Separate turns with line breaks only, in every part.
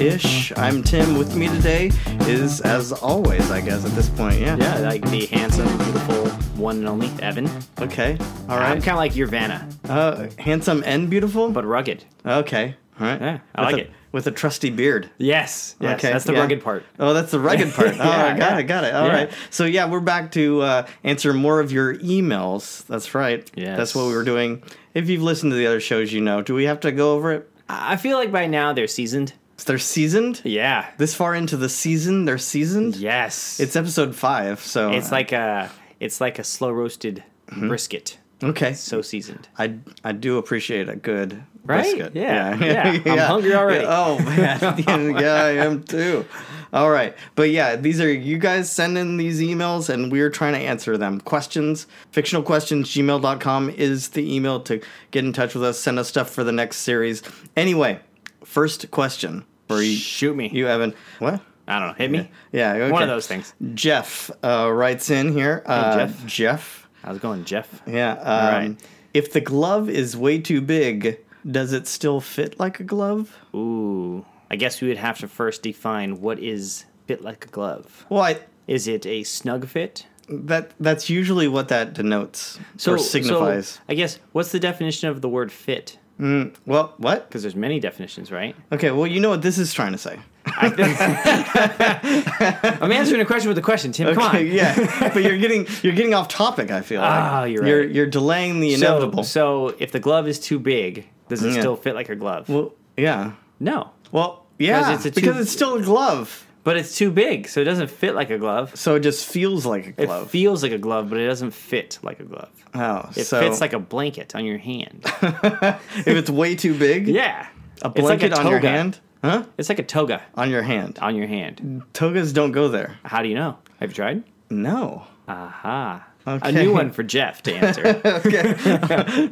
ish. I'm Tim. With me today is, as always, I guess at this point. Yeah.
Yeah, like the handsome, beautiful one and only Evan.
Okay. All
I'm
right.
kind of like your Vanna,
Uh, handsome and beautiful.
but rugged.
okay. All right.
Yeah, I
With
like
a-
it.
With a trusty beard.
Yes, yes,
Okay,
that's the
yeah.
rugged part.
Oh, that's the rugged part. Oh,
Yeah,
I got
yeah.
it, got it. All right.
Yeah.
So yeah, we're back to uh, answer more of your emails. That's right.
Yes.
That's what we were doing. If you've listened to the other shows, you know. Do we have to go over it?
I I feel like by now they're seasoned.
They're seasoned.
Yeah.
This far into the season, they're seasoned.
Yes.
It's episode five, so
it's Mm-hmm. like a it's like a slow roasted brisket,
okay.
so seasoned.
I I do appreciate a good
Right?
brisket.
Yeah, yeah. I'm hungry already.
Oh man, yeah, I am too. All right, but yeah, these are you guys send in these emails, and we're trying to answer them. Questions, fictionalquestionsgmail.com is the email to get in touch with us. Send us stuff for the next series. Anyway, first question for you,
Shoot me.
you Evan. What?
I don't know. Hit me.
Yeah, okay.
One of those things.
Jeff uh, writes in here. Uh,
Jeff.
Jeff.
I was going Jeff.
Yeah. Um,
right.
If the glove is way too big, does it still fit like a glove?
Ooh. I guess we would have to first define what is fit like a glove.
Well, I,
Is it a snug fit?
that that's usually what that denotes
So,
or signifies.
So I guess what's the definition of the word fit?
well, what?
Because there's many definitions, right?
Okay. Well, you know what this is trying to say.
I am answering a question with a question, Tim. Come
Okay,
on.
yeah. but you're getting you're getting off topic. I feel.
Ah,
like.
you're right.
You're you're delaying the inevitable.
So, so if the glove is too big, does it
Yeah.
still fit like a glove?
well, yeah.
no.
Well, yeah.
it's a
because
too-
it's still a glove,
But it's too big, so it doesn't fit like a glove.
so it just feels like a
It
glove.
feels like a glove, but it doesn't fit like a glove.
oh,
It
so
fits like a blanket on your hand.
if it's way too big,
yeah.
a blanket on your hand, Mm. huh?
It's like a toga
On your hand.
on your hand.
Togas don't go there.
How do you know? Have you tried?
No.
Aha.
Okay.
A new one for Jeff to answer.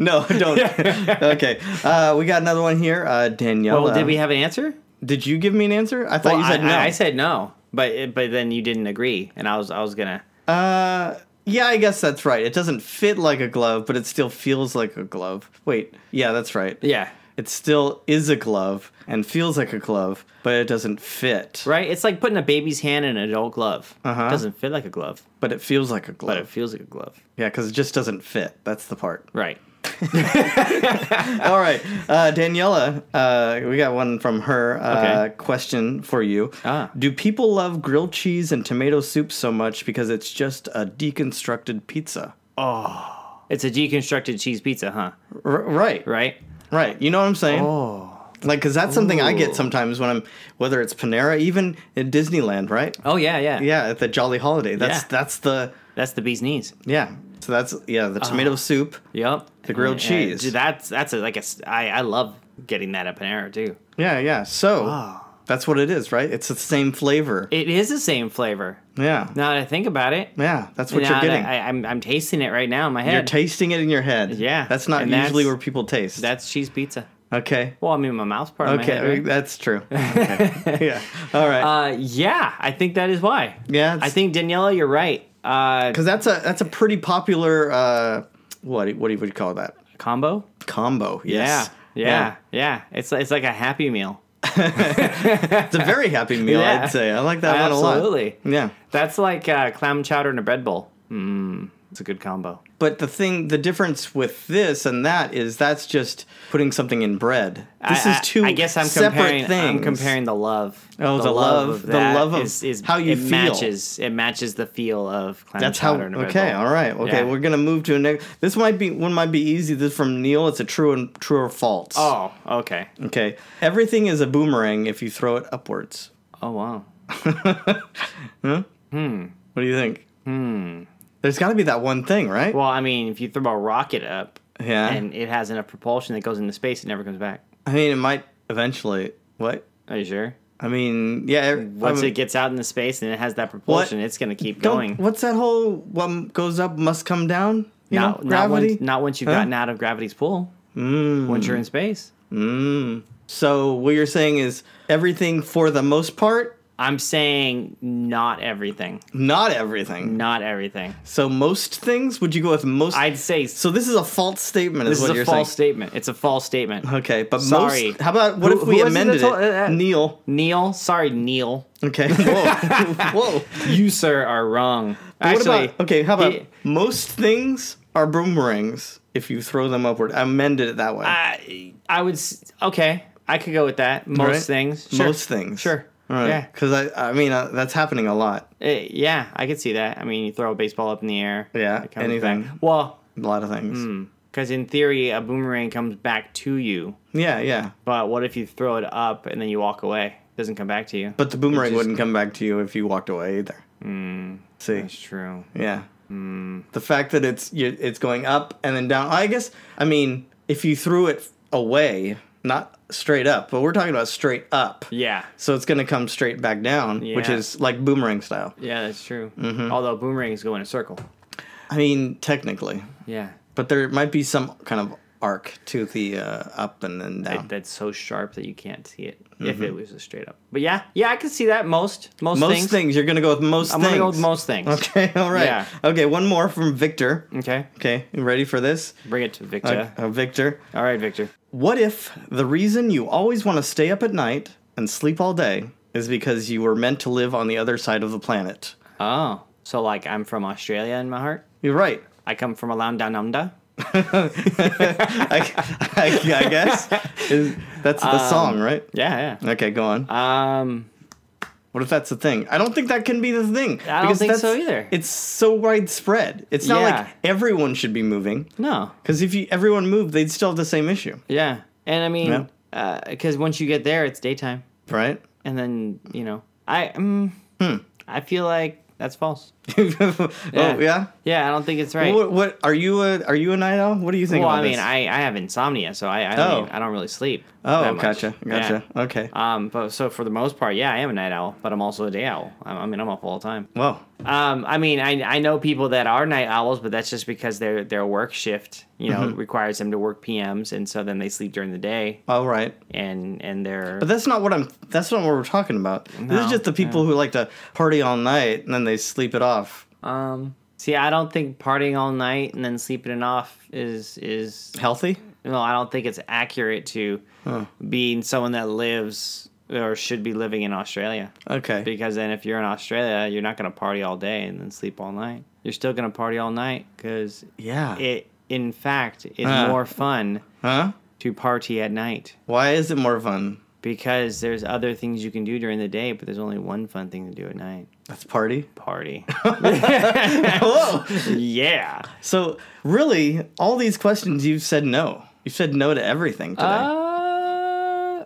No, don't. okay. Uh, we got another one here. Uh, Danielle.
well, Oh, did we have an answer?
Did you give me an answer? I thought
Well,
you said
I,
no.
I, I said no, but but then you didn't agree, and I was I was gonna.
Uh, yeah, I guess that's right. It doesn't fit like a glove, but it still feels like a glove. Wait. Yeah, that's right.
Yeah.
It still is a glove and feels like a glove, but it doesn't fit.
Right? It's like putting a baby's hand in an adult glove.
Uh-huh.
It doesn't fit like a glove,
But it feels like a
but it
glove.
feels like a glove.
Yeah, because it just doesn't fit. That's the part.
Right.
All right, uh, Daniela, uh, we got one from her uh,
Okay.
question for you.
Ah.
Do people love grilled cheese and tomato soup so much because it's just a deconstructed pizza?
It's a deconstructed cheese pizza, huh?
R- right, right,
Right?
You know what I'm saying?
Oh.
Like, because that's something I
Ooh.
get sometimes when I'm, whether it's Panera, even at Disneyland, right?
Oh yeah, yeah.
Yeah, at the Jolly Holiday. That's
Yeah.
that's the
That's the bee's knees.
yeah. So that's yeah the tomato
Ah.
soup.
Yep.
The grilled
Yeah, yeah.
cheese.
Dude, that's that's a, like a s- I I love getting that at Panera too.
Yeah, yeah. So
Wow.
that's what it is, right? It's the same flavor.
Ah. It is the same flavor.
yeah,
Now that I think about it,
yeah. That's what
now
you're
that
getting.
I, I'm I'm tasting it right now in my head.
You're tasting it in your head.
Yeah,
That's not
and
usually
that's-
where people taste.
that's cheese pizza.
okay.
Well, I mean, my mouth's part of my
Okay,
head. right?
that's true. Okay. yeah. All right.
Uh, yeah, I think that is why.
yeah.
I think Daniela, you're right. Uh,
because that's a that's a pretty popular uh, what what do you would call that
combo.
combo? Yes.
Yeah, yeah, yeah. It's it's like a happy meal.
It's a very happy meal.
Yeah.
I'd say I like that one
Absolutely.
a lot. Yeah.
That's like uh, clam chowder and a bread bowl. Mmm, it's a good combo.
But the thing, the difference with this and that is that's just putting something in bread. This
I-
is
I-
two.
I guess I'm
separate
comparing.
things.
I'm comparing the love.
Oh, the love- the
that
love of
is, is
how you
it
feel.
matches. It matches the feel of clam
That's how.
chowder and a bread
Okay,
bowl.
all right. Okay,
Yeah.
we're gonna move to a next. This might be one might be easy. This is from Neil. It's a true and true or false.
Oh, okay.
Okay. Everything is a boomerang if you throw it upwards.
Oh wow.
What do you think? Hmm. There's got to be that one thing, right?
Well, I mean, if you throw a rocket up,
Yeah.
and it has enough propulsion that goes into space, it never comes back.
I mean, it might eventually. What?
Are you sure?
I mean, yeah. e, I
Once
mean,
it gets out into space and it has that propulsion, it's going to keep
don't-
going.
What's that whole what goes up must come down? You
Not,
know,
not,
gravity. Mm,
once, not once you've
Huh? Hmm.
gotten out of gravity's pull. Once you're in space.
mm. so what you're saying is everything for the most part
I'm saying not everything.
Not everything.
Not everything.
So most things? Would you go with most?
I'd say
so this is a false statement.
this
is what
is a
you're
false
saying.
statement. It's a false statement.
Okay, but
Sorry.
most. How about what
Who-
if we
who is it
amended it?
that's all- uh, uh,
Neil.
Neil, sorry, Neil.
Okay. Whoa. Whoa.
You, sir, are wrong.
But
Actually,
what about, okay, how about
he-
most things are boomerangs if you throw them upward? I amended it that way.
Uh, I, I would. s- Okay, I could go with that. Most
Right?
things. Sure.
Most things.
Sure.
All right.
Yeah.
Because I, I mean, uh, that's happening a lot.
Eh, yeah, I could see that. I mean, you throw a baseball up in the air.
Yeah,
it comes
anything.
back. Well,
A lot of things.
Hmm. because in theory, a boomerang comes back to you.
Yeah, yeah.
But what if you throw it up and then you walk away? It doesn't come back to you.
But the boomerang
just- Hmm.
wouldn't come back to you if you walked away either. See,
That's true.
yeah.
Hmm.
The fact that it's you- it's going up and then down. I guess I mean if you threw it away, not straight up, but we're talking about straight up.
Yeah.
So it's going to come straight back down, which
Yeah.
is like boomerang style.
Yeah, that's true. Although boomerangs go in a circle.
I mean, technically,
Yeah.
but there might be some kind of arc to the uh, up and then down.
It- that's so sharp that you can't see it if it was a straight up. But yeah, yeah, I could see that most Mm-hmm. most,
most
things.
things. You're gonna go with most.
I'm
things.
gonna go with most things.
Okay. All right.
Yeah.
Okay. One more from Victor.
Okay.
Okay. You ready for this?
Bring it to Victor.
Uh, uh, Victor.
All right, Victor.
What if the reason you always want to stay up at night and sleep all day is because you were meant to live on the other side of the planet?
Oh, so like I'm from Australia in my heart.
You're right.
I come from around down under.
I, I, I guess Is- that's the
Um,
song, right?
Yeah, yeah.
Okay, go on.
Um,
What if that's the thing? I don't think that can be the thing.
I don't think so either.
It's so widespread. It's not
Yeah.
like everyone should be moving.
no.
Because if you, everyone moved, they'd still have the same issue,
Yeah, and I mean, because once you get there, it's daytime,
right?
and then you know, I um,
Hmm.
I feel like that's false.
Oh yeah.
Yeah, I don't think it's right.
What, what are you a are you a night owl? What do you think?
well,
about
I mean,
this?
I, I have insomnia, so I I don't,
Oh.
even- I don't really sleep.
oh
that much.
gotcha gotcha
Yeah.
okay.
Um, but so for the most part, yeah, I am a night owl, but I'm also a day owl. I, I mean, I'm up all the time.
Well,
Um, I mean, I I know people that are night owls, but that's just because their their work shift, you know,
Mm-hmm.
requires them to work PMs, and so then they sleep during the day,
all right.
and and they're
But that's not what I'm. That's not what we're talking about. this
No,
is just the people who like to party all night and then they sleep it off.
um. See, I don't think partying all night and then sleeping it off is is
Healthy?
no. I don't think it's accurate to being someone that lives or should be living in Australia.
Okay.
Because then, if you're in Australia, you're not going to party all day and then sleep all night. You're still going to party all night because
yeah.
it, in fact, is
Huh.
more fun
huh?
to party at night
Why is it more fun?
because there's other things you can do during the day, but there's only one fun thing to do at night
That's party.
party.
Whoa.
yeah.
So really, all these questions you've said no. You've said no to everything today.
Uh,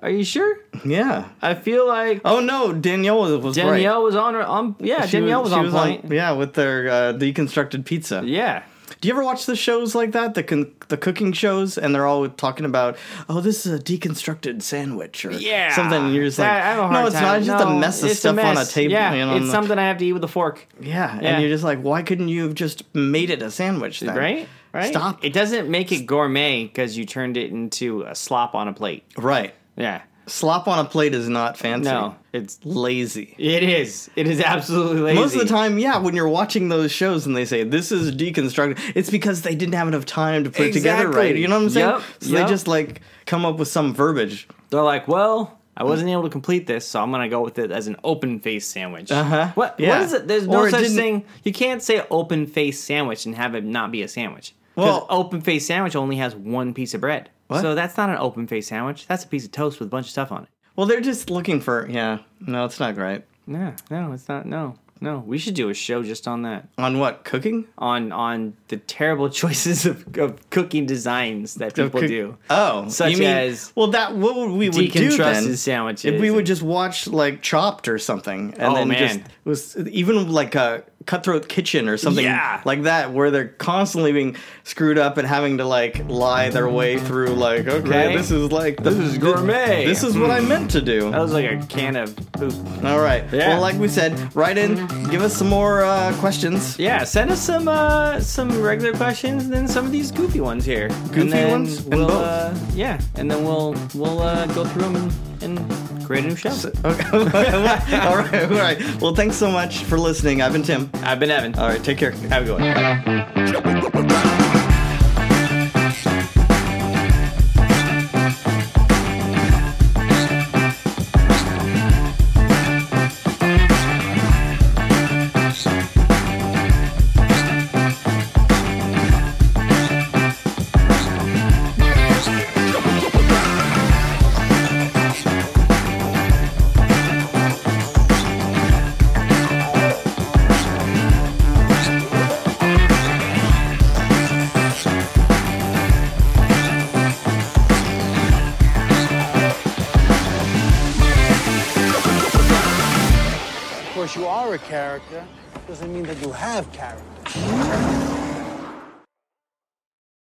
are you sure?
yeah.
I feel like
Oh no, Danielle was, was right.
Danielle was on. on yeah,
She
Danielle was,
she
on point.
yeah, with their uh, deconstructed pizza.
yeah.
Do you ever watch the shows like that, the con- the cooking shows, and they're all talking about, oh, this is a deconstructed sandwich or
Yeah,
something? And you're just like,
I- I have a hard
no, it's not.
time.
It's just
No,
a mess of
it's
stuff on a
mess.
table.
Yeah,
you know,
it's
and-
something I have to eat with a fork.
yeah,
Yeah.
and you're just like, why couldn't you have just made it a sandwich then?
Right? Right.
Stop.
It doesn't make it gourmet because you turned it into a slop on a plate.
Right.
Yeah.
Slop on a plate is not fancy.
No, it's
Lazy.
it is. It is absolutely lazy.
Most of the time, yeah, when you're watching those shows and they say this is deconstructed, it's because they didn't have enough time to put it together
Exactly.
right. You know what I'm saying?
Yep,
so
yep.
they just like come up with some verbiage.
they're like, "Well, I wasn't able to complete this, so I'm gonna go with it as an open face sandwich."
Uh-huh.
What?
Yeah.
What is it? There's no
Or it
such
didn't-
thing. You can't say open face sandwich and have it not be a sandwich.
Well-
Well, open face sandwich only has one piece of bread,
What?
so that's not an open face sandwich. That's a piece of toast with a bunch of stuff on it.
Well, they're just looking for yeah. No, it's not great.
No, no, it's not. No, no. We should do a show just on that.
On what cooking?
on on the terrible choices of, of cooking designs that
Of
people
cook-
do.
Oh,
Such
you mean-
as
well, that what would we would do then?
Deconstructed sandwiches.
If we
and-
would just watch like Chopped or something, and
Oh,
then just
man.
it was even like a Cutthroat Kitchen or something
Yeah.
like that, where they're constantly being screwed up and having to like lie their way through like, okay,
Right?
this is like this
is gourmet.
This is what I meant to do.
that was like a can of poop.
All right.
Yeah.
Well, like we said, write in, give us some more uh, questions.
Yeah, send us some uh, some regular questions, and then some of these goofy ones here.
Goofy
and then
ones and
We'll,
both.
Uh, yeah, and then we'll we'll uh, go through them and, and create a new show.
Okay. all right, all right. Well, thanks so much for listening. I've been Tim.
I've been Evan.
All right, take care. Have a good one.
Of course, you are a character. Doesn't mean that you have character.